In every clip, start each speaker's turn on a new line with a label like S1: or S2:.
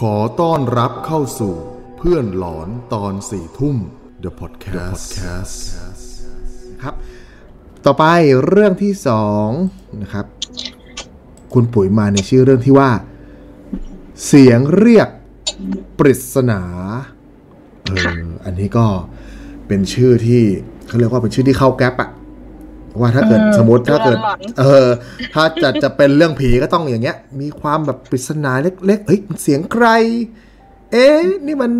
S1: ขอต้อนรับเข้าสู่เพื่อนหลอนตอนสี่ทุ่ม The Podcast
S2: ครับ ต่อไปเรื่องที่สองนะครับ คุณปุ๋ยมาในชื่อเรื่องที่ว่า เสียงเรียกปริศนาเอออันนี้ก็เป็นชื่อที่เขาเรียกว่าเป็นชื่อที่เข้าแก๊ปอะว่าถ้าเกิด
S3: อืม
S2: สมมติถ้าเกิด
S3: เรื่องหลอน
S2: เออ ถ้าจะจะเป็นเรื่องผีก็ต้องอย่างเงี้ย มีความแบบปริศนาเล็กๆเฮ้ยมันเสียงใคร เอ๊ะนี่มัน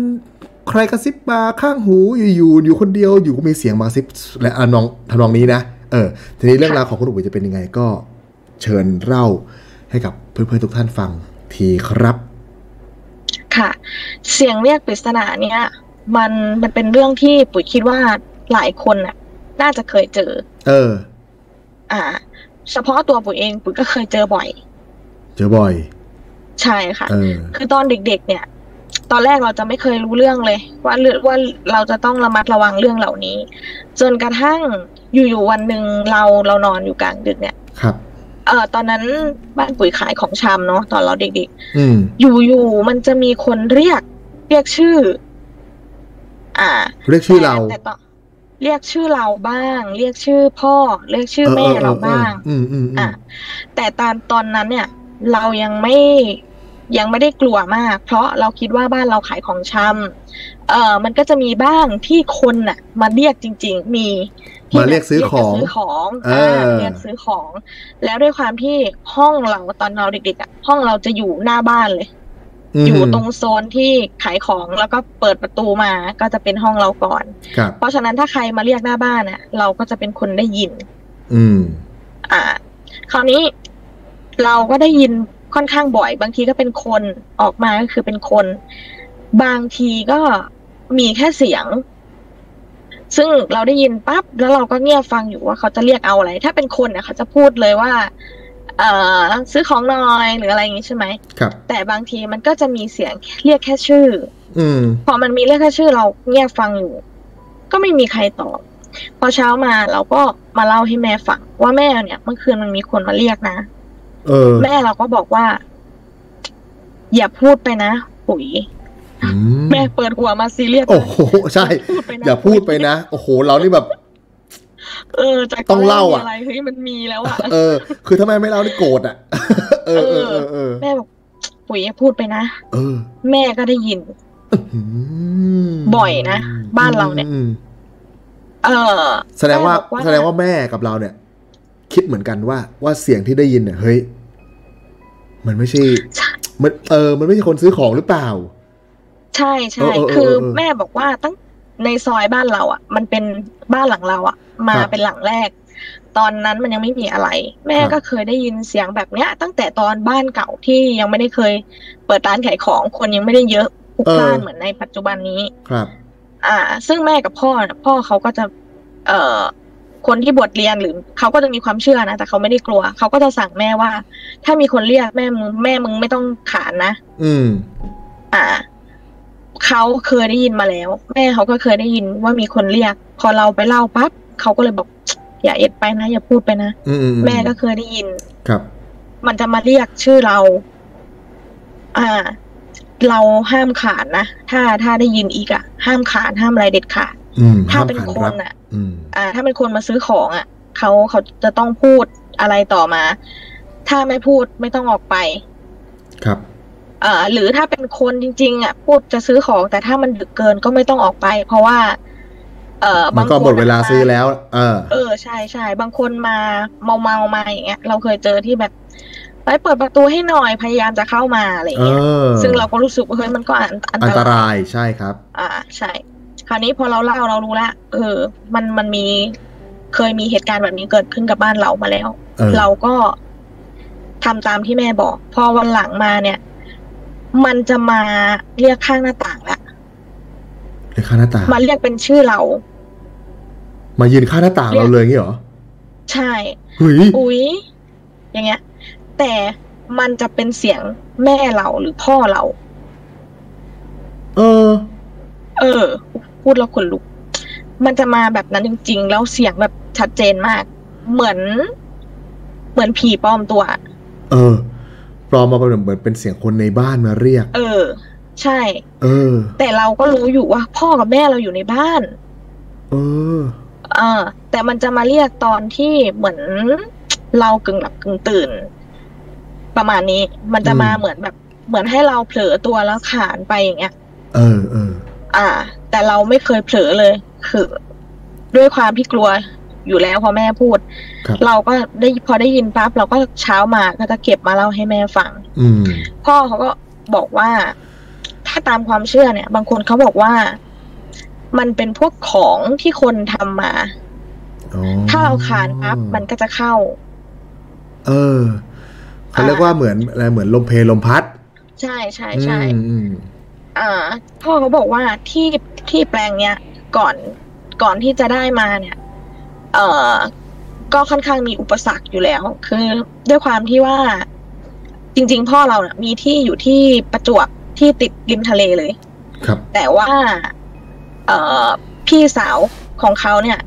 S2: ใครกระซิบมาข้างหูอยู่ๆอยู่คนเดียวอยู่ก็มีเสียงมากระซิบและอะนองทำนองนี้นะเออ ทีนี้เรื่องราวของคุณอุ๋ยจะเป็นยังไงก็เชิญเล่าให้กับเพื่อนๆทุกท่านฟังทีครับ
S3: ค่ะ เสียงเรียกปริศนาเนี่ยมันมันเป็นเรื่องที่ปุ๋ยคิดว่าหลายคนน่ะ น่าจะเคยเจอ
S2: เออ
S3: อ่า เฉพาะตัวปุ๋ยเองปุ๋ยก็เคยเจอบ่อย
S2: เจอบ่อย
S3: ใช่ค่ะ
S2: เออ
S3: คือตอนเด็ก ๆ เนี่ย ตอนแรกเราจะไม่เคยรู้เรื่องเลย ว่าเรื่องว่าเราจะต้องระมัดระวังเรื่องเหล่านี้ จนกระทั่งอยู่ๆวันหนึ่งเราเรานอนอยู่กลางดึกเนี่ย
S2: ครับ
S3: เออตอนนั้นบ้านปุ๋ยขายของชำเนาะตอนเราเด็ก ๆ
S2: อืม
S3: อยู่ๆมันจะมีคนเรียก เรียกชื่อ อ่า
S2: เรียกชื่อเรา
S3: แต่แต่ต้องเรียกชื่อเราบ้าง เรียกชื่อพ่อ เรียกชื่อแม่เราบ้าง
S2: เออเออเอออืมอืมอื
S3: อ่ะ
S2: ม
S3: แต่ตอนตอนนั้นเนี่ย เรายังไม่ยังไม่ได้กลัวมาก เพราะเราคิดว่าบ้านเราขายของชำเอ่อมันก็จะมีบ้างที่คนน่ะ มาเรียกจริง ๆ มีที่
S2: มาเรียกซื้อ
S3: แบบ
S2: ของ
S3: เรียกจะซื้อของ
S2: เอออ่
S3: าเรียกซื้อของ แล้วด้วยความที่ห้องเราตอนเราเด็กๆอ่ะห้องเราจะอยู่หน้าบ้านเลย
S2: ม
S3: อยู่ตรงโซนที่ขายของแล้วก็เปิดประตูมาก็จะเป็นห้องเราก่อน
S2: ครับ
S3: เพราะฉะนั้นถ้าใครมาเรียกหน้าบ้านน่ะ เราก็จะเป็นคนได้ยิน
S2: อืม
S3: อ่า คราวนี้เราก็ได้ยินค่อนข้างบ่อย บางทีก็เป็นคนออกมาก็คือเป็นคน บางทีก็มีแค่เสียง ซึ่งเราได้ยินปั๊บแล้วเราก็เงียบฟังอยู่ว่าเขาจะเรียกเอาอะไร ถ้าเป็นคนเนี่ยเขาจะพูดเลยว่า เอ่อซื้อของหน่อยหรืออะไรอย่างงี้ใช่ไหม
S2: ครับ
S3: แต่บางทีมันก็จะมีเสียงเรียกแค่ชื่อ
S2: อืม
S3: พอมันมีเรียกแค่ชื่อเราเงียบฟังอยู่ ก็ไม่มีใครตอบ พอเช้ามาเราก็มาเล่าให้แม่ฟังว่าแม่เนี่ยเมื่อคืนมันมีคนมาเรียกนะ
S2: เออ
S3: แม่เราก็บอกว่า อย่าพูดไปนะ ปุ๋ย
S2: อื
S3: แม่เปิดหัวมาซีเรียส
S2: โอ้โหใช่
S3: พูดไปนะ
S2: อย่าพูดไปนะ โอ้โห เรานี่แบบ
S3: เออจาก
S2: ต้องเล่า
S3: ตน
S2: อะ
S3: แรกมีอะไรเฮ้ยมันมีแล้วอ่ะ
S2: เออ คือถ้าแม่ไม่เล่านี่โกรธอ่ะ เออเออเออเออ
S3: แม่บอกปุ๋ยอย่าพูดไปนะ
S2: เออ
S3: แม่ก็ได้ยิน บ่อยนะบ้านเราเนี่ย
S2: อืม
S3: เออ
S2: แสดงว่า
S3: ม่บอก
S2: แสดงว่าแม่กับเราเนี่ย คิดเหมือนกันว่าว่าเสียงที่ได้ยินเนี่ยเฮ้ยมันไม่ใช่
S3: ใช่
S2: มันเออ มันไม่ใช่คนซื้อของหรือเปล่า
S3: ใช่ใช่
S2: เออเออเออ
S3: คื
S2: เอ
S3: อ
S2: อ
S3: แม่บอกว่าตั้งในซอยบ้านเราอ่ะ มันเป็นบ้านหลังเราอ่ะ มา
S2: ครับ
S3: เป็นหลังแรก ตอนนั้นมันยังไม่มีอะไร แม่
S2: ครับ
S3: ก็เคยได้ยินเสียงแบบเนี้ย ตั้งแต่ตอนบ้านเก่าที่ยังไม่ได้เคย เปิดร้านขายของคนยังไม่ได้เยอะพลุกพล่านเหมือนในปัจจุบันนี้
S2: ครับ
S3: อ่า ซึ่งแม่กับพ่อน่ะพ่อเขาก็จะ เอ่อ คนที่บวชเรียนหรือเขาก็จะมีความเชื่อนะแต่เขาไม่ได้กลัว เขาก็จะสั่งแม่ว่า ถ้ามีคนเรียกแม่มึงแม่มึงไม่ต้องขานนะ
S2: อืม
S3: อ่าเขาเคยได้ยินมาแล้ว แม่เขาก็เคยได้ยินว่ามีคนเรียก พอเราไปเล่าปั๊บเขาก็เลยบอก อย่าเอ็ดไปนะ อย่าพูดไปนะ
S2: อืมอื
S3: แม่ก็เคยได้ยิน
S2: ครับ
S3: มันจะมาเรียกชื่อเรา อ่า เราห้ามขานนะถ้าถ้าได้ยินอีกอะห้ามขานห้ามอะไรเด็ดขาด
S2: อืม
S3: ถ้า
S2: ห้าม
S3: เป็น
S2: ขาน
S3: ค
S2: รั
S3: น
S2: บ
S3: อะ
S2: อืม
S3: อ่าถ้าเป็นคนมาซื้อของอ่ะเขาเขาจะต้องพูดอะไรต่อมา ถ้าไม่พูดไม่ต้องออกไป
S2: ครับ
S3: เอ่อหรือถ้าเป็นคนจริง ๆอ่ะพูดจะซื้อของ แต่ถ้ามันดึกเกินก็ไม่ต้องออกไป เพราะว่า เอ่อ
S2: มั
S3: บาน ง
S2: ก็
S3: คน
S2: หมดเวลา
S3: ะ
S2: ซื้อแล้ว เออ
S3: เออใช่ใช่บางคนมาเมาเมาๆมาอย่างเงี้ยเราเคยเจอที่แบบไปเปิดประตูให้หน่อยพยายามจะเข้ามาอะไรอ
S2: เอย่าง
S3: เงี้ย
S2: อ
S3: ซึ่งเราก็รู้สึกว่าเฮ้ยมันก็อันอัน
S2: อัน
S3: ต
S2: ต
S3: ราย
S2: รายใช่ครับ
S3: อ่าใช่ คราวนี้พอเราเล่าเรารู้ละเออ มันมันมีเคยมีเหตุการณ์แบบนี้เกิดขึ้นกับบ้านเรามาแล้ว
S2: เออ
S3: เราก็ทำตามที่แม่บอก พอวันหลังมาเนี่ย มันจะมาเรียกข้างหน้าต่างละ
S2: หรือข้างหน้าต่าง
S3: มาเรียกเป็นชื่อเรา
S2: มายืนข้างหน้าต่างเราเลยอย่างงี้เหรอ
S3: ใช่
S2: หุย
S3: อุ๊ยอย่างเงี้ย แต่มันจะเป็นเสียงแม่เราหรือพ่อเรา
S2: เออ
S3: เออ พูดแล้วขนลุก มันจะมาแบบนั้นจริง ๆ แล้วเสียงแบบชัดเจนมาก เหมือน เหมือนผีปลอมตัว
S2: เออปลอมมาเป็นเหมือนเป็นเสียงคนในบ้านมาเรียก
S3: เออ ใช่
S2: เออ
S3: แต่เราก็รู้อยู่ว่าพ่อกับแม่เราอยู่ในบ้าน
S2: เออ
S3: เออแต่มันจะมาเรียกตอนที่เหมือนเรากึ่งหลับกึ่งตื่น ประมาณนี้ มันจะมา
S2: อืม
S3: เหมือนแบบ เหมือนให้เราเผลอตัวแล้วขานไปอย่างเงี้ย
S2: เออเออ
S3: อ่า แต่เราไม่เคยเผลอเลย คือ ด้วยความที่กลัวอยู่แล้วพอแม่พูด
S2: ครับ
S3: เราก็ได้พอได้ยินปั๊บเราก็เช้ามาก็จะเก็บมาเล่าให้แม่ฟัง
S2: อืม
S3: พ่อเขาก็บอกว่า ถ้าตามความเชื่อเนี่ย บางคนเขาบอกว่า มันเป็นพวกของที่คนทำมา
S2: อ๋อ
S3: ถ้าเราขานปั๊บมันก็จะเข้า
S2: เออเขาเรียกว่าเหมือนอะไรเหมือนลมเพลลมพัด
S3: ใช่ใช่ใช่
S2: อืมอืม
S3: อ่า พ่อเขาบอกว่าที่ที่แปลงเนี้ยก่อนก่อนที่จะได้มาเนี่ย เอ่อ ก็ค่อนข้างมีอุปสรรคอยู่แล้ว คือด้วยความที่ว่า จริง ๆ พ่อเราเนี่ยมีที่อยู่ที่ประจวบที่ติดริมทะเลเลย
S2: ครับ
S3: แต่ว่า เอ่อ พี่สาวของเขาเนี่ย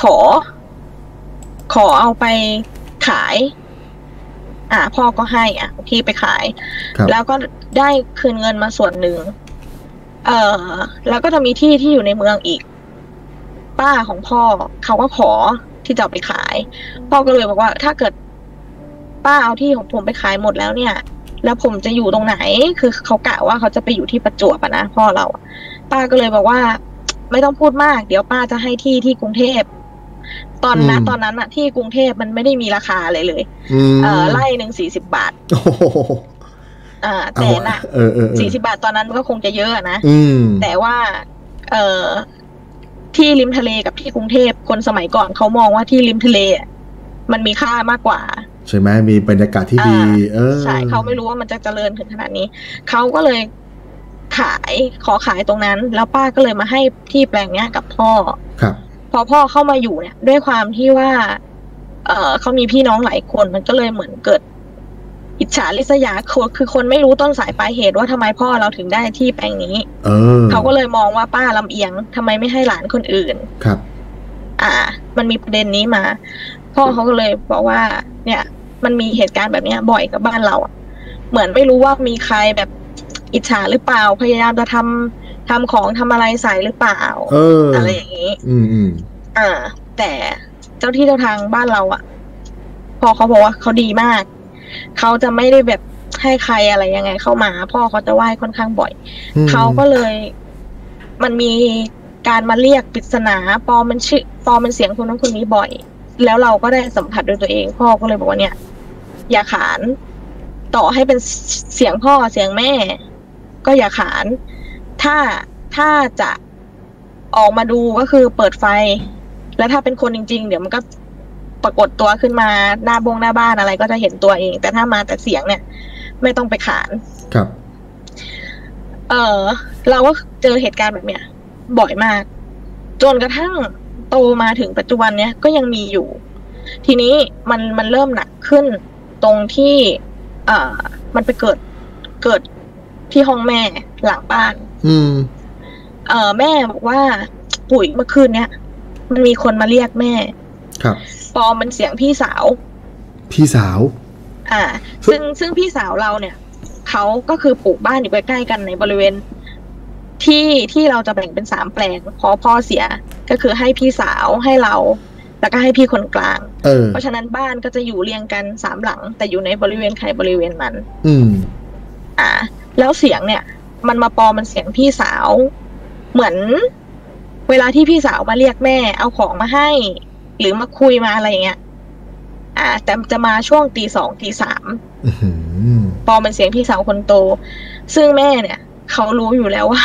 S3: ขอ ขอเอาไปขาย อ่า พ่อก็ให้อ่ะพี่ไปขาย
S2: ครับ
S3: แล้วก็ได้คืนเงินมาส่วนหนึ่ง เอ่อ แล้วก็จะมีที่ที่อยู่ในเมืองอีก ป้าของพ่อเขาก็ขอที่จะเอาไปขาย พ่อก็เลยบอกว่า ถ้าเกิด ป้าเอาที่ของผมไปขายหมดแล้วเนี่ย แล้วผมจะอยู่ตรงไหน คือเขากะว่าเขาจะไปอยู่ที่ประจวบอะนะพ่อเราอะป้าก็เลยบอกว่า ไม่ต้องพูดมาก เดี๋ยวป้าจะให้ที่ที่กรุงเทพ ตอนนั้น
S2: อืม
S3: ตอนนั้นอะที่กรุงเทพมันไม่ได้มีราคาเลยเลย
S2: อืม
S3: เออไร่หนึ่งสี่สิบบาท
S2: โอ้โห
S3: อ่า
S2: เอา
S3: แต่น่ะ
S2: เออเออเออ
S3: สี่สิบาทตอนนั้นมันก็คงจะเยอะนะ
S2: อืม
S3: แต่ว่า เออที่ริมทะเลกับที่กรุงเทพคนสมัยก่อนเขามองว่าที่ริมทะเลอะมันมีค่ามากกว่า
S2: ใช่ไหมมีบรรยากาศที่ดี
S3: อ่
S2: เออ
S3: ใช่เขาไม่รู้ว่ามันจะเจริญถึงขนาดนี้เขาก็เลยขายขอขายตรงนั้น แล้วป้าก็เลยมาให้ที่แปลงเนี้ยกับพ่อ
S2: ครับ
S3: พอพ่อเข้ามาอยู่เนี่ย ด้วยความที่ว่า เออเขามีพี่น้องหลายคนมันก็เลยเหมือนเกิด อิจฉาริษยาคนคือคนไม่รู้ต้นสายปลายเหตุว่าทำไมพ่อเราถึงได้ที่แปลงนี้
S2: เออ
S3: เขาก็เลยมองว่าป้าลำเอียงทำไมไม่ให้หลานคนอื่น
S2: ครับ
S3: อ่า มันมีประเด็นนี้มา พ่อเขาก็เลยบอกว่า เนี่ย มันมีเหตุการณ์แบบเนี้ยบ่อยกับบ้านเราอะเหมือนไม่รู้ว่ามีใครแบบอิจฉาหรือเปล่า พยายามจะทำทำของทำอะไรใส่หรือเปล่า
S2: เอออ
S3: อะไรอย่างนี้
S2: อืมอืม
S3: อ่า แต่เจ้าที่เจ้าทางบ้านเราอะพอเขาบอกว่าเขาดีมาก เขาจะไม่ได้แบบให้ใครอะไรยังไง เข้ามา พ่อเขาจะไหว้ค่อนข้างบ่อย
S2: อืม
S3: เขาก็เลย มันมีการมาเรียกปริศนาปอมันชื่อปอมันเสียงคนนั้นคนนี้บ่อย แล้วเราก็ได้สัมผัสด้วยตัวเอง พ่อก็เลยบอกว่าเนี่ย อย่าขาน ต่อให้เป็นเสียงพ่อเสียงแม่ ก็อย่าขาน ถ้าถ้าจะออกมาดูก็คือเปิดไฟ แล้วถ้าเป็นคนจริง ๆ เดี๋ยวมันก็ปรากฏตัวขึ้นมาหน้าบงหน้าบ้านอะไรก็จะเห็นตัวเอง แต่ถ้ามาแต่เสียงเนี่ย ไม่ต้องไปขาน
S2: ครับ
S3: เออเราก็เจอเหตุการณ์แบบเนี้ย บ่อยมาก จนกระทั่งโตมาถึงปัจจุบันเนี้ยก็ยังมีอยู่ ทีนี้มันมันเริ่มหนักขึ้นตรงที่ เอ่อ มันไปเกิดเกิดที่ห้องแม่หลังบ้าน
S2: อืม
S3: เอ่อแม่บอกว่าปุ๋ยเมื่อคืนเนี้ยมันมีคนมาเรียกแม่
S2: ครับ
S3: ปอมเป็นเสียงพี่สาว
S2: พี่สาว
S3: อ่า ซึ่งซึ่งพี่สาวเราเนี่ยเขาก็คือปลูกบ้านอยู่ใกล้ๆกันในบริเวณ ที่ที่เราจะแบ่งเป็นสามแปลงพอพ่อเสียก็คือให้พี่สาวให้เรา แล้วก็ให้พี่คนกลาง
S2: เออ
S3: เพราะฉะนั้นบ้านก็จะอยู่เรียงกันสามหลัง แต่อยู่ในบริเวณใครบริเวณมัน
S2: อืม
S3: อ่า แล้วเสียงเนี่ย มันมาปอมันเสียงพี่สาว เหมือน เวลาที่พี่สาวมาเรียกแม่ เอาของมาให้ หรือมาคุยมาอะไรอย่างเงี้ยอ่า แต่จะมาช่วงตีสองตีสาม
S2: อื้อหือ
S3: ปอเป็นเสียงพี่สาวคนโต ซึ่งแม่เนี่ย เขารู้อยู่แล้วว่า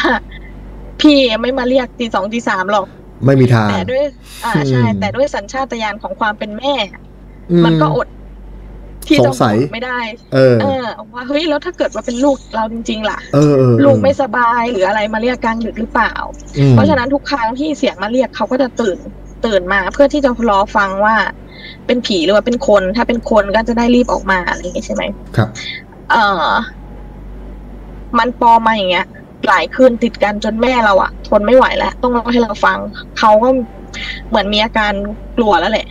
S3: พี่ไม่มาเรียกตีสองตีสามหรอก
S2: ไม่มีทาง
S3: แต่ด้วย อ่าใช่
S2: อืม
S3: แต่ด้วยสัญชาตญาณของความเป็นแม่
S2: อื
S3: มันก็อด ที่
S2: ส
S3: จะ
S2: งสัย
S3: บอกไม่ได้
S2: เออ
S3: เออว่าเฮ้ยแล้วถ้าเกิดว่าเป็นลูกเราจริง ๆ ล่ะ
S2: เออเออ
S3: ลูกไม่สบายหรืออะไรมาเรียกกลางดึกหรือเปล่า
S2: อืม
S3: เพราะฉะนั้นทุกครั้งที่เสียงมาเรียกเขาก็จะตื่นตื่นมาเพื่อที่จะรอฟังว่า เป็นผีหรือว่าเป็นคน ถ้าเป็นคนก็จะได้รีบออกมาอะไรอย่างงี้ใช่ไหม
S2: ครับ
S3: เออมันปลอมมาอย่างเงี้ย หลายคืนติดกันจนแม่เราอะทนไม่ไหวแล้ว ต้องเล่าให้เราฟัง เขาก็เหมือนมีอาการกลัวแล้วแหละ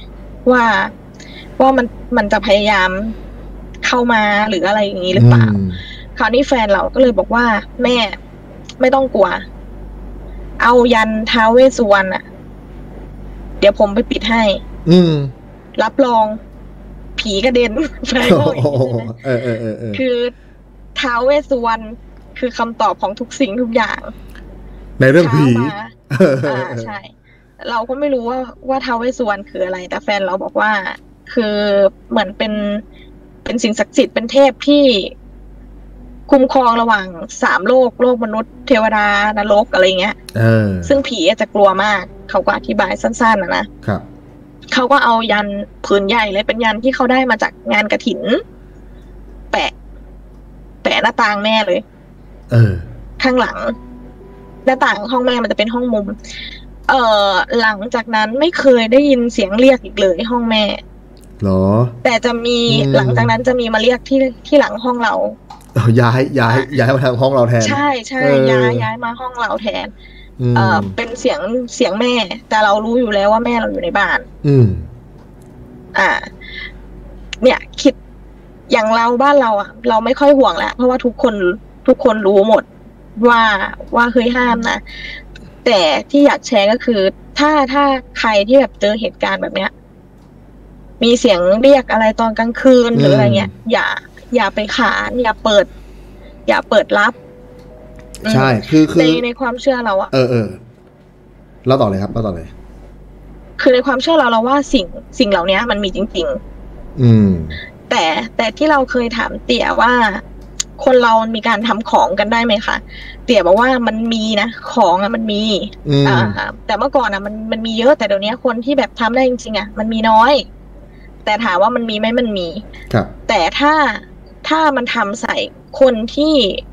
S3: ว่าว่ามันมันจะพยายามเข้ามาหรืออะไรอย่างนี้หรือเปล่า คราวนี้แฟนเราก็เลยบอกว่า แม่ไม่ต้องกลัว เอายันท้าวเวสสุวรรณอะเดี๋ยวผมไปปิดให้
S2: อืม
S3: รับรอง ผีกระเด็น แฟนเขาอย่างนี้ใช่ไหม
S2: เออเออเออเออ
S3: คือท้าวเวสสุวรรณคือคำตอบของทุกสิ่งทุกอย่าง
S2: ในเรื่องผี
S3: ช้ามาอ่าใช่ เราก็ไม่รู้ว่าว่าท้าวเวสสุวรรณคืออะไร แต่แฟนเราบอกว่า คือเหมือนเป็นเป็นสิ่งศักดิ์สิทธิ์เป็นเทพที่คุ้มครองระหว่างสามโลก โลกมนุษย์เทวดานรกอะไรเงี้ย
S2: เออ
S3: ซึ่งผีอาจจะกลัวมาก เขาก็อธิบายสั้นๆนะนะ
S2: ครับ
S3: เขาก็เอายันผืนใหญ่เลยเป็นยันที่เขาได้มาจากงานกระถิน แปะ แปะหน้าต่างแม่เลย
S2: เออ
S3: ข้างหลัง หน้าต่างห้องแม่มันจะเป็นห้องมุม เอ่อหลังจากนั้นไม่เคยได้ยินเสียงเรียกอีกเลยห้องแม่
S2: เหรอ
S3: แต่จะมี
S2: อืม
S3: หลังจากนั้นจะมีมาเรียกที่ที่หลังห้องเรา
S2: เอาย้ายย้ายย้ายมาทางห้องเราแทน
S3: ใช่ใช่
S2: เออ
S3: ย้ายย้ายมาห้องเราแทน
S2: อืม
S3: เอ่อเป็นเสียงเสียงแม่ แต่เรารู้อยู่แล้วว่าแม่เราอยู่ในบ้าน
S2: อืม
S3: อ่า เนี่ยคิดอย่างเราบ้านเราอ่ะ เราไม่ค่อยห่วงแล้วเพราะว่าทุกคนทุกคนรู้หมดว่าว่าเคยห้ามนะ แต่ที่อยากแชร์ก็คือ ถ้าถ้าใครที่แบบเจอเหตุการณ์แบบเนี้ย มีเสียงเรียกอะไรตอนกลางคืนหรืออะไรเงี้ย อย่า อย่าไปขานอย่าเปิด อย่าเปิดรับ
S2: ใช่คือคื
S3: ใน
S2: อ
S3: ในความเชื่อเราอะ
S2: เออเออเราต่อเลยครับเราต่อเลย
S3: คือในความเชื่อเราเราว่าสิ่งสิ่งเหล่านี้มันมีจริง ๆ
S2: อืม
S3: แต่แต่ที่เราเคยถามเตี่ยว่า คนเรามันมีการทำของกันได้ไหมคะเตี่ยบอกว่ามันมีนะของอะมันมี
S2: อืม
S3: อ่าแต่เมื่อก่อนอะมันมันมีเยอะแต่เดี๋ยวนี้คนที่แบบทำได้จริงๆอะมันมีน้อย แต่ถามว่ามันมีไหมมันมี
S2: ครับ
S3: แต่ถ้าถ้ามันทำใส่คนที่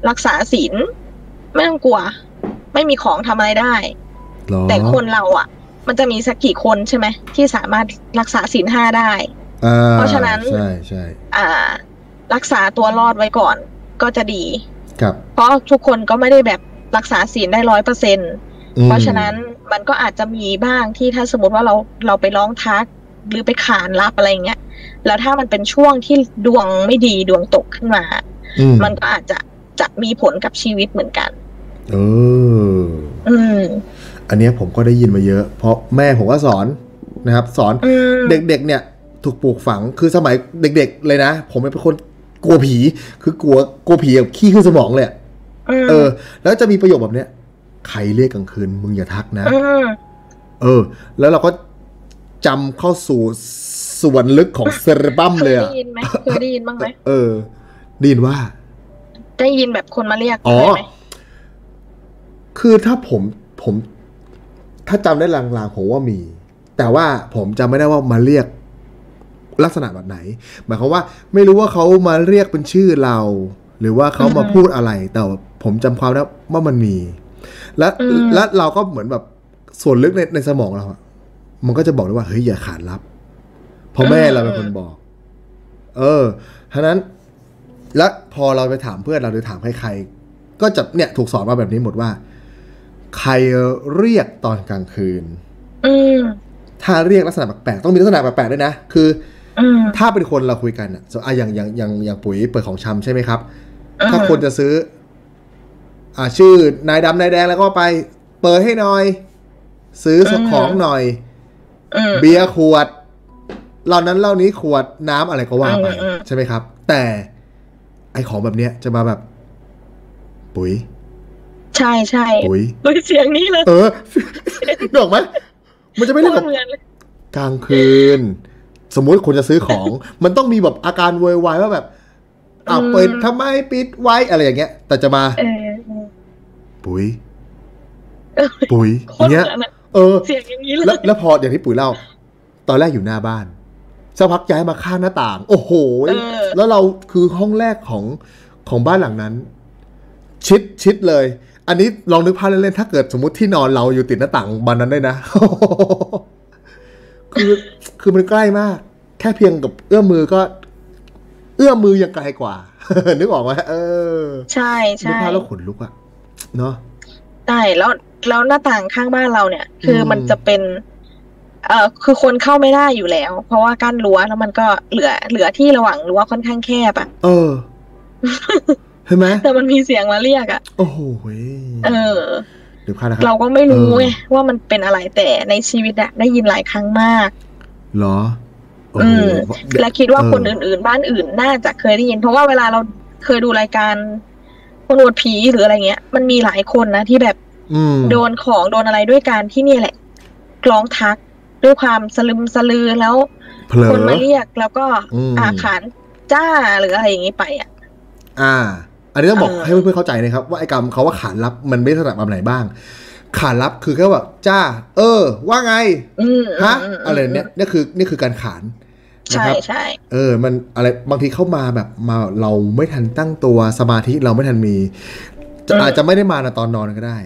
S3: รักษาศีลไม่ต้องกลัว ไม่มีของทำอะไรได้
S2: เหรอ
S3: แต่คนเราอะมันจะมีสักกี่คนใช่ไหมที่สามารถรักษาศีลห้าได้
S2: อ่
S3: เพราะฉะนั้น
S2: ใช่ใช่
S3: อ่า รักษาตัวรอดไว้ก่อนก็จะดี
S2: ครับ
S3: เพราะทุกคนก็ไม่ได้แบบรักษาศีลได้ร้อยเปอร์เซ็น
S2: อืม
S3: เพราะฉะนั้นมันก็อาจจะมีบ้างที่ถ้าสมมติว่าเราเราไปร้องทัก หรือไปขานรับอะไรอย่างเงี้ยแล้วถ้ามันเป็นช่วงที่ดวงไม่ดีดวงตกขึ้นมา
S2: อืม
S3: มันก็อาจจะจะมีผลกับชีวิตเหมือนกัน
S2: เออ
S3: อืม
S2: อันเนี้ยผมก็ได้ยินมาเยอะ เพราะแม่ผมก็สอนนะครับ สอน
S3: อืม
S2: เด็กๆเนี่ย ถูกปลูกฝังคือสมัยเด็ก ๆ เลยนะ ผมเป็นคนกลัวผี คือกลัวกลัวผีแบบขี้ขึ้นสมองเลยอะ
S3: ม
S2: เออ แล้วจะมีประโยคแบบเนี้ยใครเรียกกลางคืนมึงอย่าทักนะ
S3: อืม
S2: เออ แล้วเราก็จำเข้าสู่ส่วนลึกของเซเรบัม
S3: เค
S2: เลย ย
S3: ได้
S2: อะ
S3: ยินไหมเคยได้ยินบ้างไหม
S2: เออไดีนว่า
S3: ได้ยินแบบคนมาเรียก
S2: อ๋อ
S3: เคยไหม
S2: คือถ้าผมผม ถ้าจำได้ลางๆผมว่ามี แต่ว่าผมจำไม่ได้ว่ามาเรียกลักษณะแบบไหน หมายความว่าไม่รู้ว่าเขามาเรียกเป็นชื่อเรา หรือว่าเขามาพูดอะไร แต่ผมจำความได้ว่ามันมี และและเราก็เหมือนแบบส่วนลึกในในสมองเราอะมันก็จะบอกเลยว่าเฮ้ยอย่าขานรับ เพราะแม่เราเป็นคนบอก เออทั้นั้น และพอเราไปถามเพื่อนเราหรือถามใครๆ ก็จะเนี่ยถูกสอนมาแบบนี้หมดว่า ใครเรียกตอนกลางคืน
S3: อืม
S2: ถ้าเรียกลักษณะแปลกๆต้องมีลักษณะแปลกๆด้วยนะ คือ
S3: อืม
S2: ถ้าเป็นคนเราคุยกันอ่ะอ่ะอย่างอย่างอย่างอย่างปุ๋ยเปิดของชำใช่ไหมครับ
S3: อ่าฮะ
S2: ถ้าคนจะซื้อ อ่าชื่อนายดำนายแดงแล้วก็ไป เปิดให้หน่อย ซื้อสักของหน่อย
S3: อืม
S2: เบียร์ขวดเหล่านั้นเหล่านี้ขวดน้ำอะไรก็ว่าไป
S3: อืมอืม
S2: ใช่ไหมครับ แต่ไอของแบบเนี้ยจะมาแบบ ปุ๋ย
S3: ใช่ใช่
S2: ปุ๋ย
S3: เลยเสียงนี้เลย
S2: เออ นึกออกไหมมันจะไม่ได้แบบ
S3: เหมือนเลย
S2: กลางคืน สมมุติคนจะซื้อของ มันต้องมีแบบอาการโวยวายว่าแบบอ้าวเปิดทำไมปิดไว้อะไรอย่างเงี้ย แต่จะมา
S3: เออ
S2: ปุ๋ย ปุ๋ย
S3: โค
S2: อ
S3: ต
S2: ย่า
S3: รง เห
S2: เงี้
S3: มือย นอะ
S2: เออ
S3: เสียงอย่างนี้เล
S2: แล้ว
S3: ย
S2: แล้วพออย่างที่ปุ๋ยเล่า ตอนแรกอยู่หน้าบ้านสักพักย้ายมาข้างหน้าต่าง โอ้โห
S3: เออ
S2: แล้วเราคือห้องแรกของของบ้านหลังนั้น ชิดชิดเลย อันนี้ลองนึกภาพเล่นๆถ้าเกิดสมมติที่นอนเราอยู่ติดหน้าต่างบานนั้นได้วยนะ คือคือมันใกล้มาก แค่เพียงกับเอื้อมมือก็ เอื้อมมือยังไกลกว่า นึกออกไหมเออ
S3: ใช่
S2: นึก
S3: ใช่
S2: ภาพแล้วขนลุกอะเนาะ
S3: ใช่แล้วแล้วหน้าต่างข้างบ้านเราเนี่ย คืออ
S2: ม
S3: มันจะเป็น เอ่อคือคนเข้าไม่ได้อยู่แล้ว เพราะว่า กั้นรั้วแล้วมันก็เหลือเหลือที่ระหว่างรั้วค่อนข้างแคบอะ
S2: เออ เห็นไหม
S3: แต่มันมีเสียงมาเรียกอ่ะ
S2: โอ้โหย
S3: เออ
S2: เดี๋ยวพานะครับ
S3: เราก็ไม่รู้
S2: เออ
S3: ไงว่ามันเป็นอะไรแต่ในชีวิตอะได้ยินหลายครั้งมาก
S2: เหรอโอ้
S3: อื
S2: โห
S3: ม และคิดว่า
S2: เออ
S3: คนอื่นๆ บ้านอื่นน่าจะเคยได้ยิน เพราะว่าเวลาเราเคยดูรายการคนอวดผีหรืออะไรเงี้ย มันมีหลายคนนะที่แบบ
S2: อืม
S3: โดนของโดนอะไรด้วยการที่เนี่ยแหละร้องทักด้วยความสลึมสลือแล้ว
S2: เผลอ
S3: คนมาเรียกแล้วก็
S2: อืม
S3: อาขานจ้าหรืออะไรอย่างนี้ไปอ่ะ
S2: อ่า อันนี้ต้องบอก
S3: เออ
S2: ให้เพื่อนๆเข้าใจนะครับ ว่าไอ้กรรมเขาว่าขานรับมันไม่ได้ถนัดแบบไหนบ้าง ขานรับคือแค่แบบจ้า เออ ว่าไง
S3: อืม
S2: ฮะ
S3: มม
S2: อะไรเนี่ยนี่คือนี่คือการขานนะ
S3: ใช่
S2: ครับ
S3: ใช่
S2: เออ มันอะไรบางทีเข้ามาแบบมาเราไม่ทันตั้งตัวสมาธิเราไม่ทันมีจะ
S3: เอออ
S2: อาจจะไม่ได้มานะตอนนอนก็ได้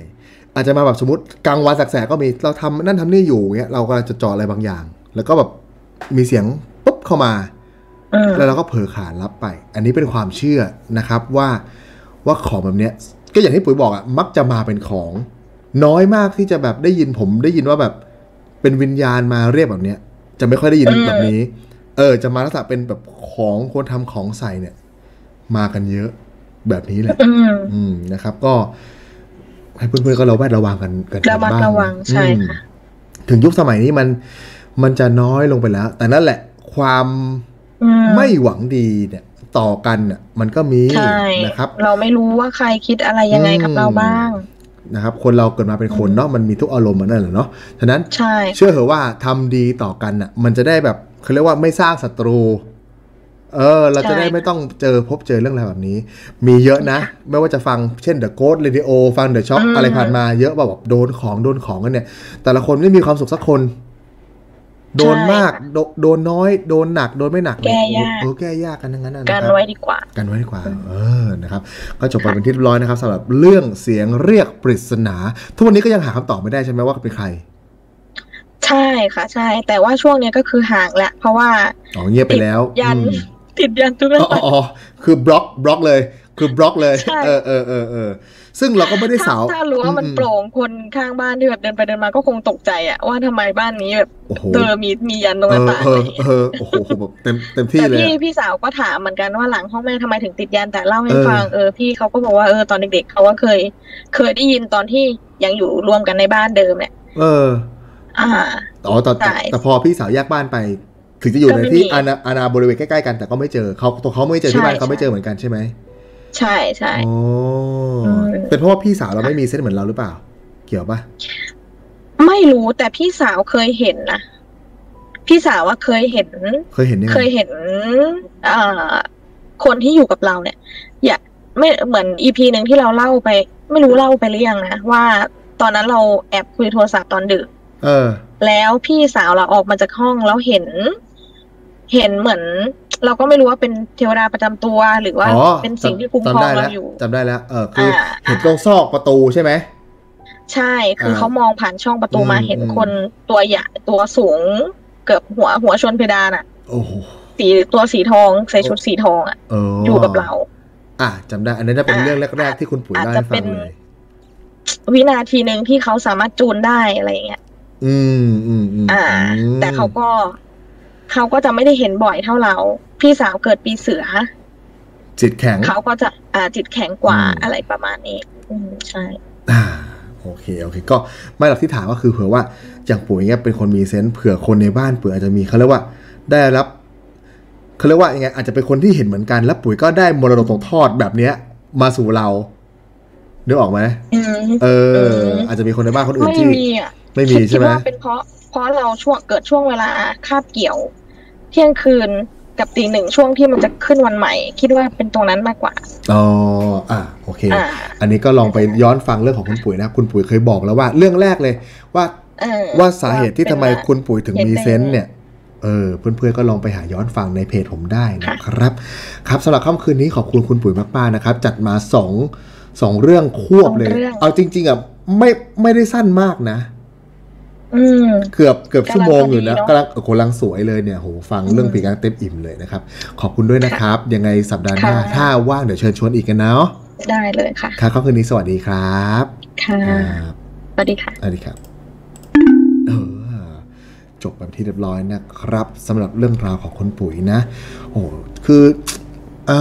S2: อาจจะมาแบบสมมติกลางวันแสกๆก็มีเราทำนั่นทำนี่อยู่เงี้ยเรากำลังจะเจออะไรบางอย่าง แล้วก็แบบมีเสียงปุ๊บเข้ามา
S3: อืม
S2: แล้วเราก็เผลอขานรับไป อันนี้เป็นความเชื่อนะครับว่าว่าของแบบเนี้ย ก็อย่างที่ปุ๋ยบอกอะมักจะมาเป็นของ น้อยมากที่จะแบบได้ยินผมได้ยินว่าแบบเป็นวิญญาณมาเรียกแบบเนี้ย จะไม่ค่อยได้ยินแบบนี้ เออ จะมาลักษณะเป็นแบบของคนทำของใส่เนี่ย มากันเยอะแบบนี้แหละ
S3: อืม
S2: อืมนะครับ ก็ ให้เพื่อนๆก็ระแวดระวังกันกัน
S3: ระมัด
S2: บ้าง
S3: ระวังใช่
S2: อืม
S3: ค่ะ
S2: ถึงยุคสมัยนี้มันมันจะน้อยลงไปแล้ว แต่นั่นแหละ ความ
S3: อืม
S2: ไม่หวังดีเนี่ยต่อกันน่ะมันก็มี
S3: ใช่
S2: นะครับ
S3: เราไม่รู้ว่าใครคิดอะไรยังไงกับเราบ้าง
S2: นะครับ คนเราเกิดมาเป็นคนเนาะมันมีทุกอารมณ์มันนั่นแหละเนาะฉะนั้น
S3: ใช่
S2: เชื่อเถอะว่าทำดีต่อกันน่ะ มันจะได้แบบเขาเรียกว่าไม่สร้างศัตรู เออ เราจะได้ไม่ต้องเจอพบเจอเรื่องอะไรแบบนี้ มีเยอะนะ ไม่ว่าจะฟังเช่นเดอะโก s เรดิโอฟังเดอะช็อคอะไรผ่านมาเยอะแบบโดนของโดนของกันเนี่ย แต่ละคนไม่มีความสุขสักคน โดนมากโดโดนน้อย โดนหนัก โดนไม่หนักเนี่ยเออแก้ยากกันทั้งนั้นนะนะค
S3: การ
S2: รับ
S3: ไว้ดีกว่า
S2: กันไว้ดีกว่า เออ นะครับ ก็จบไปเป็นที่เรียบร้อยนะครับสำหรับเรื่องเสียงเรียกปริศนา ทุกวันนี้ก็ยังหาคำตอบไม่ได้ใช่ไหมว่าเป็นใคร
S3: ใช่ค่ะ ใช่ แต่ว่าช่วงเนี้ยก็คือห่างแหละ เพราะว่า
S2: อ๋อ เงียบไปแล้ว
S3: ยัน
S2: อืม
S3: ติดยันทุกเรื่อ
S2: อ๋
S3: ง
S2: ออ๋ออ๋อ คือบล็อก บล็อกเลย คือบล็อกเลย
S3: ใช่
S2: เออเออเออเออ ซึ่งเราก็ไม่ได้
S3: ถ้า
S2: สาว
S3: ถ้ารู้ว่ามัน
S2: อื
S3: โปร่งคนข้างบ้านที่แบบเดินไปเดินมาก็คงตกใจอะว่าทำไมบ้านนี้แบบ
S2: โอ้โห
S3: เจอมีมียันตรงห
S2: เอ
S3: น้า
S2: อ
S3: ต่าง
S2: เอ
S3: อะ
S2: อ
S3: ไรอย่างเงี้ย
S2: เออโอ้โหแบบเต็ม เต็มที่
S3: แต่
S2: เลย
S3: พี่
S2: อะ
S3: พี่สาวก็ถามเหมือนกันว่าหลังห้องแม่ทำไมถึงติดยันแต่เล่าให้
S2: เออ
S3: ฟังเออพี่เขาก็บอกว่าเออตอนเด็ก ๆเขาว่าเคย เคยได้ยินตอนที่ยังอยู่รวมกันในบ้านเดิมเนี่ย
S2: เออ
S3: อ่า
S2: อ๋อแต่แต่
S3: ใช่
S2: แต่พอพี่สาวแยกบ้านไป ถึงจะอยู่
S3: ก็
S2: ใน
S3: ไม่
S2: ที่
S3: มี
S2: อาณาอาณาบริเวณใกล้ๆกันแต่ก็ไม่เจอเขาตัวเขาไม่เจอที่
S3: ใช่
S2: บ้านเขา
S3: ใช่
S2: ไม่เจอเหมือนกันใช่ไหม
S3: ใช่ใช่
S2: โอ้
S3: อืม
S2: เป็นเพราะว่าพี่สาวเราไม่มีเส้นเหมือนเราหรือเปล่า เกี่ยวปะ
S3: ไม่รู้แต่พี่สาวเคยเห็นนะพี่สาวว่าเคยเห็น
S2: เคยเห็นยังไง
S3: เคยเห็นเอ่อคนที่อยู่กับเราเนี่ย อย่าไม่เหมือนอีพีหนึ่งที่เราเล่าไป ไม่รู้เล่าไปหรือยังนะว่าตอนนั้นเราแอบคุยโทรศัพท์ตอนดึก
S2: เออ
S3: แล้วพี่สาวเราออกมาจากห้องแล้วเห็น เห็นเหมือน เราก็ไม่รู้ว่าเป็นเทวดาประจำตัว หรือว่า
S2: อ๋อ
S3: เป็นสิ่งที่คุ้มค
S2: จำ
S3: ร
S2: จำ
S3: อง
S2: ได้
S3: เรา
S2: แล้ว
S3: อยู่
S2: จำได้แล้วเออคืออา เห็นตรงซอกประตูใช่ไหม
S3: ใช่ คืออา เขามองผ่านช่องประตูมา
S2: อืม
S3: เห็น
S2: อืม
S3: คนตัวใหญ่ตัวสูง เกือบหัวหัวชนเพดานอะ
S2: โอ้โห
S3: สีตัวสีทองใส่ชุดสีทองอะ
S2: เออ
S3: อ
S2: อยู่
S3: กับเรา
S2: อ่ะจำได้ อันนั้นจะเป็น
S3: อ่ะ
S2: เรื่องแรก ๆ ที่คุณปุ๋ย
S3: อาจ
S2: เล่า
S3: จะ
S2: ให้
S3: เป็
S2: ฟัง
S3: น
S2: เลย
S3: วินาทีหนึ่งที่เขาสามารถจูนได้อะไรอย่างเงี้ย
S2: อืมอืมอืม
S3: อ่า
S2: อืม
S3: แต่เขาก็ เขาก็จะไม่ได้เห็นบ่อยเท่าเรา พี่สาวเกิดปีเสือ
S2: จิตแข็ง
S3: เขาก็จะอ่าจิตแข็งกว่า
S2: อืม
S3: อะไรประมาณนี้ อืมใช่
S2: อ่าโอเคโอเค ก็ไม่หลักที่ถามก็คือเผื่อว่าอย่างปุ๋ยเนี่ยเป็นคนมีเซนส์เผื่อคนในบ้านเผื่ออาจจะมีเขาเรียกว่าได้รับเขาเรียกว่ายังไงอาจจะเป็นคนที่เห็นเหมือนกัน แล้วปุ๋ยก็ได้มรดกตกทอดแบบเนี้ย มาสู่เรานึกออกไหม
S3: อืม
S2: เอ
S3: เอ
S2: อ
S3: ออ
S2: อาจจะมีคนในบ้านคนอื่น
S3: ไม่
S2: ที่
S3: มีอ่ะ
S2: ไม่มี
S3: คิ
S2: ใช่
S3: ด
S2: ไหม
S3: ว่าเป็นเพราะ เพราะเราช่วงเกิดช่วงเวลาคาบเกี่ยว เที่ยงคืนกับตีหนึ่งช่วงที่มันจะขึ้นวันใหม่ คิดว่าเป็นตรงนั้นมากกว่า
S2: อ๋ออ่ะโอเค
S3: อ่า
S2: อันนี้ก็ลองไปย้อนฟังเรื่องของคุณปุ๋ยนะคุณปุ๋ยเคยบอกแล้วว่าเรื่องแรกเลยว่า
S3: เออ
S2: ว่าสาเหตุที่ทำไมคุณปุ๋ยถึงมีเซนส์
S3: เห็นได้
S2: เนี่ย เออ เพื่อนๆก็ลองไปหาย้อนฟังในเพจผมได้นะครับ ครับสำหรับค่ำคืนนี้ขอบคุณคุณปุ๋ยมากๆนะครับ จัดมาสองสองเรื่องควบเลย
S3: สองเรื่อง
S2: เอาจริง ๆอ่ะไม่ไม่ได้สั้นมากนะ
S3: อืม
S2: เกือบเกือบ
S3: กำลัง
S2: ชั่วโมงอยู่นะ
S3: พอดี
S2: กำ
S3: เนอะ
S2: ลังเออกำลังสวยเลยเนี่ยโหฟัง
S3: อืม
S2: เรื่องปีกลางเต็มอิ่มเลยนะครับ ขอบคุณด้วยนะครับ ยังไงสัปดาห์หน้า
S3: ค่ะ
S2: ถ้าว่างเดี๋ยวเชิญชวนอีกกันเนาะ
S3: ได้เลยค่ะ
S2: ครับค่ำคืนนี้สวัสดีครับ
S3: ค่ะ
S2: ครับ
S3: สวัสดีค่ะ
S2: อันนี้ครับเออจบแบบที่เรียบร้อยนะครับสำหรับเรื่องราวของคนปุ๋ยนะ โอ้โหคือเอ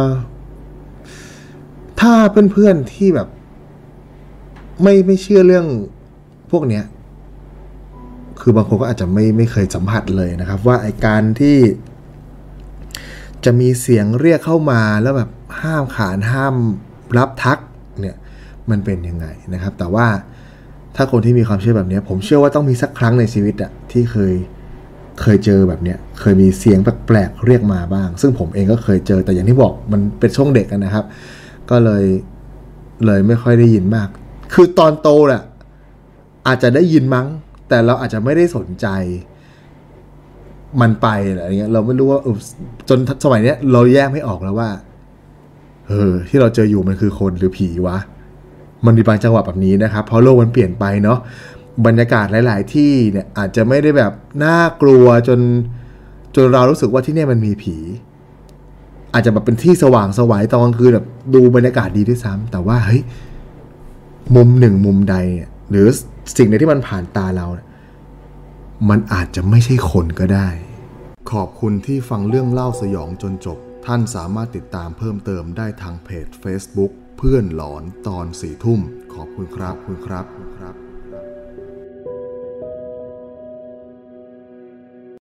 S2: อ ถ้าเพื่อนๆที่แบบ ไม่ไม่เชื่อเรื่องพวกเนี้ย คือบางคนก็อาจจะไม่ไม่เคยสัมผัสเลยนะครับ ว่าไอการที่ จะมีเสียงเรียกเข้ามาแล้วแบบห้ามขานห้ามรับทักเนี่ย มันเป็นยังไงนะครับ แต่ว่าถ้าคนที่มีความเชื่อแบบเนี้ย ผมเชื่อว่าต้องมีสักครั้งในชีวิตอะที่เคยเคยเจอแบบเนี้ย เคยมีเสียงแปลกๆเรียกมาบ้าง ซึ่งผมเองก็เคยเจอแต่อย่างที่บอกมันเป็นช่วงเด็กอะนะครับ ก็เลยเลยไม่ค่อยได้ยินมาก คือตอนโตแหละอาจจะได้ยินมั้ง แต่เราอาจจะไม่ได้สนใจ มันไปอะไรเงี้ยเราไม่รู้ว่าเออจนสมัยเนี้ย เราแยกไม่ออกแล้วว่า เออ ที่เราเจออยู่มันคือคนหรือผีวะ มันมีบางจังหวะแบบนี้นะครับ เพราะโลกมันเปลี่ยนไปเนาะบรรยากาศหลาย ๆ ที่เนี่ยอาจจะไม่ได้แบบน่ากลัวจน จนเรารู้สึกว่าที่เนี่ยมันมีผี อาจจะแบบเป็นที่สว่างสวายตอนกลางคืนแบบดูบรรยากาศดีด้วยซ้ำแต่ว่าเฮ้ยมุมหนึ่งมุมใดเนี่ยหรือสิ่งใดที่มันผ่านตาเราเนี่ยมันอาจจะไม่ใช่คนก็ได้
S1: ขอบคุณที่ฟังเรื่องเล่าสยองจนจบ ท่านสามารถติดตามเพิ่มเติมได้ทางเพจ Facebook เพื่อนหลอนตอนสี่ทุ่ม ขอบคุณครับคุณครับคุณครับ